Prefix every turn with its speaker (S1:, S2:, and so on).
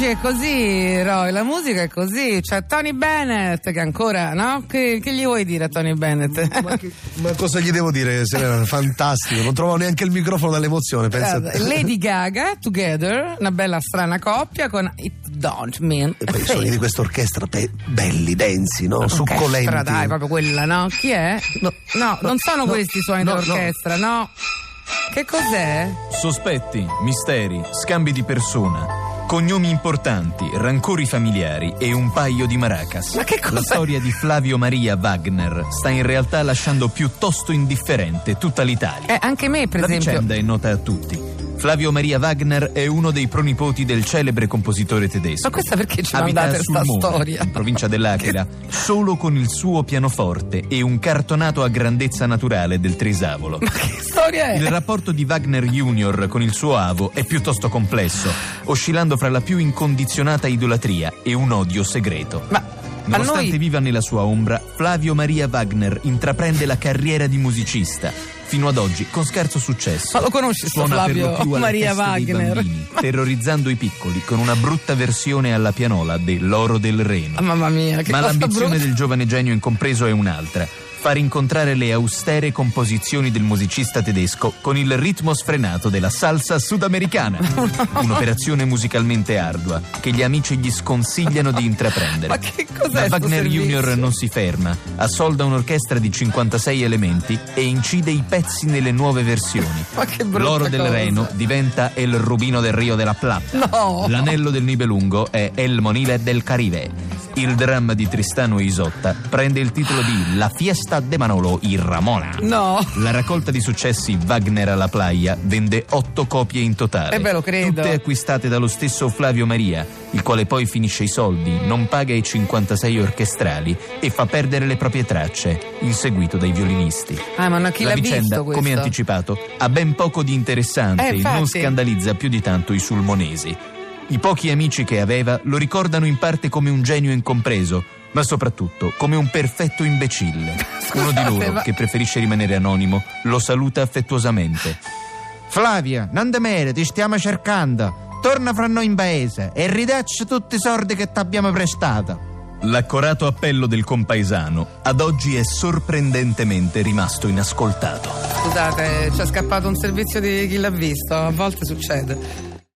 S1: è così, Roy, la musica è così. C'è Tony Bennett che ancora, no? Che, che gli vuoi dire a Tony Bennett?
S2: Ma, che- ma cosa gli devo dire? Selena, fantastico. Non trovavo neanche il microfono dall'emozione. Pensa a te.
S1: Guarda, Lady Gaga, Together, una bella strana coppia con It Don't Mean
S2: E
S1: a
S2: poi i suoni
S1: Thing.
S2: di quest'orchestra pe- belli, densi, no? succolenti.
S1: Orchestra, dai, proprio quella, no? Chi è?
S2: No,
S1: No,
S2: no,
S1: non sono
S2: no,
S1: questi i suoni
S2: no,
S1: d'orchestra, no. Che cos'è?
S3: Sospetti, misteri, scambi di persona, cognomi importanti, rancori familiari e un paio di maracas.
S1: Ma che
S3: La
S1: cos'è?
S3: storia di Flavio Maria Wagner sta in realtà lasciando piuttosto indifferente tutta l'Italia.
S1: Eh, anche me, per
S3: La
S1: esempio.
S3: vicenda è nota a tutti. Flavio Maria Wagner è uno dei pronipoti del celebre compositore tedesco.
S1: Ma questa perché ci
S3: Abita
S1: mandate
S3: sul
S1: sta
S3: Mona,
S1: storia?
S3: in provincia dell'Aquila, solo con il suo pianoforte e un cartonato a grandezza naturale del Tresavolo.
S1: Ma che storia è?
S3: Il rapporto di Wagner Jr. con il suo avo è piuttosto complesso, oscillando fra la più incondizionata idolatria e un odio segreto.
S1: Ma a
S3: Nonostante
S1: noi.
S3: viva nella sua ombra, Flavio Maria Wagner intraprende la carriera di musicista, fino ad oggi con scarso successo.
S1: Ma lo conosci sto
S3: Suona per lo
S1: Flavio
S3: più alle
S1: Maria
S3: feste dei
S1: Wagner?
S3: bambini, terrorizzando i piccoli con una brutta versione alla pianola dell'Oro del Reno.
S1: Ah, Mamma mia, che
S3: Ma
S1: cosa
S3: l'ambizione
S1: brutta.
S3: del giovane genio incompreso è un'altra. Far incontrare le austere composizioni del musicista tedesco con il ritmo sfrenato della salsa sudamericana. Un'operazione musicalmente ardua che gli amici gli sconsigliano di intraprendere.
S1: Ma che cos'è
S3: Ma
S1: sto
S3: Wagner
S1: servizio?
S3: Jr. non si ferma, assolda un'orchestra di 56 elementi e incide i pezzi nelle nuove versioni.
S1: Ma che brutta
S3: L'oro del
S1: cosa.
S3: Reno diventa El Rubino del Rio della Plata.
S1: No.
S3: L'anello del Nibelungo è El Monile del Caribe. Il dramma di Tristano e Isotta prende il titolo di La fiesta de Manolo y Ramona.
S1: No.
S3: La raccolta di successi Wagner alla Playa vende otto copie in totale.
S1: Eh beh, lo credo.
S3: Tutte acquistate dallo stesso Flavio Maria, il quale poi finisce i soldi, non paga i 56 orchestrali e fa perdere le proprie tracce, inseguito dai violinisti.
S1: Ah, ma no, chi
S3: la
S1: l'ha
S3: vicenda,
S1: visto questo?
S3: come anticipato, ha ben poco di interessante
S1: Eh,
S3: e
S1: infatti.
S3: non scandalizza più di tanto i sulmonesi. I pochi amici che aveva lo ricordano in parte come un genio incompreso, ma soprattutto come un perfetto imbecille. Uno di loro,
S1: ma-
S3: che preferisce rimanere anonimo, lo saluta affettuosamente. Flavia, non temere, ti stiamo cercando. Torna fra noi in paese e ridacci tutti i sordi che ti abbiamo prestato. L'accorato appello del compaesano ad oggi è sorprendentemente rimasto inascoltato.
S1: Scusate, ci è scappato un servizio di chi l'ha visto, a volte succede.